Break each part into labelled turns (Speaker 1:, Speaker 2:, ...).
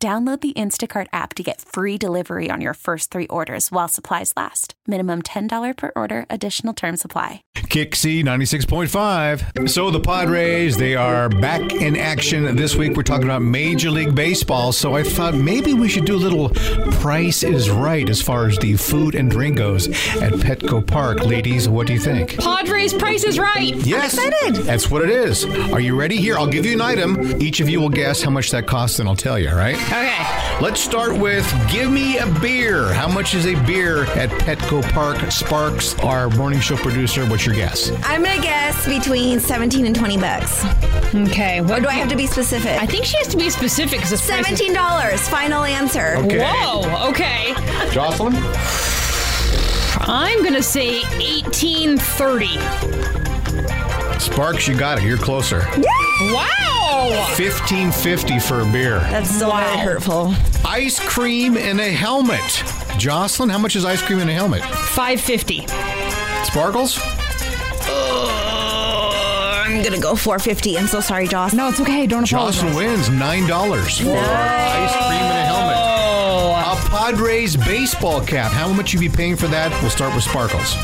Speaker 1: Download the Instacart app to get free delivery on your first three orders while supplies last. Minimum $10 per order, additional term supply.
Speaker 2: Kixie 96.5. So the Padres, they are back in action this week. We're talking about Major League Baseball. So I thought maybe we should do a little price is right as far as the food and drink goes at Petco Park. Ladies, what do you think?
Speaker 3: Padres price is right.
Speaker 2: Yes.
Speaker 1: excited.
Speaker 2: That's what it is. Are you ready? Here, I'll give you an item. Each of you will guess how much that costs, and I'll tell you, all right?
Speaker 3: Okay.
Speaker 2: Let's start with give me a beer. How much is a beer at Petco Park? Sparks, our morning show producer. What's your guess?
Speaker 4: I'm gonna guess between 17 and 20 bucks.
Speaker 3: Okay. What
Speaker 4: Or do I have to be specific?
Speaker 3: I think she has to be specific because it's price is-
Speaker 4: Seventeen dollars. Final answer.
Speaker 2: Okay.
Speaker 3: Whoa. Okay.
Speaker 2: Jocelyn?
Speaker 3: I'm gonna say 1830.
Speaker 2: Sparks, you got it. You're closer.
Speaker 3: Wow.
Speaker 2: 1550 for a beer.
Speaker 4: That's so
Speaker 3: Wow.
Speaker 4: hurtful.
Speaker 2: Ice cream in a helmet. Jocelyn, how much is ice cream in a helmet?
Speaker 3: 550.
Speaker 2: Sparkles?
Speaker 4: Uh, I'm gonna go 450. I'm so sorry, Joss.
Speaker 3: No, it's okay. Don't apologize.
Speaker 2: Jocelyn wins $9 for ice cream in a helmet.
Speaker 3: Oh.
Speaker 2: A Padres baseball cap. How much you be paying for that? We'll start with Sparkles.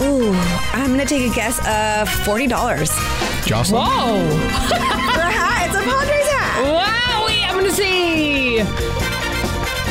Speaker 4: Ooh, I'm gonna take a guess of forty dollars.
Speaker 2: Jocelyn?
Speaker 3: Whoa.
Speaker 4: For a hat, it's a Padres hat.
Speaker 3: Wowie. I'm gonna say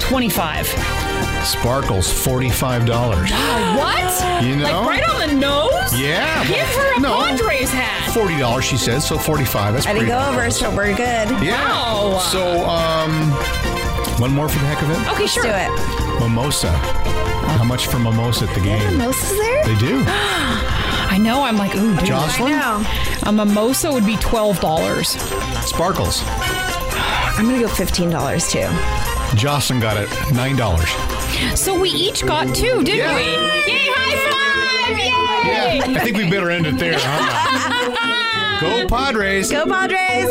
Speaker 3: 25.
Speaker 2: Sparkles, forty-five dollars.
Speaker 3: What?
Speaker 2: You know?
Speaker 3: Like right on the nose?
Speaker 2: Yeah.
Speaker 3: Give her a
Speaker 2: No.
Speaker 3: Padres hat.
Speaker 2: Forty dollars, she says. So forty-five. That's
Speaker 4: I didn't
Speaker 2: pretty
Speaker 4: go over,
Speaker 2: good.
Speaker 4: so we're good.
Speaker 2: Yeah.
Speaker 3: Wow.
Speaker 2: So, um, one more for the heck of it.
Speaker 3: Okay, sure.
Speaker 4: Do it.
Speaker 2: Mimosa. How much for mimosa at the game?
Speaker 4: Most is there?
Speaker 2: They do.
Speaker 3: I know. I'm like, ooh, dude.
Speaker 2: Jocelyn,
Speaker 4: No.
Speaker 3: A mimosa would be twelve dollars.
Speaker 2: Sparkles.
Speaker 4: I'm gonna go fifteen dollars too.
Speaker 2: Jocelyn got it. Nine dollars.
Speaker 3: So we each got two, didn't
Speaker 2: Yeah.
Speaker 3: we? Yay! High five! Yay!
Speaker 2: I think we better end it there. Huh? Go Padres.
Speaker 4: Go Padres!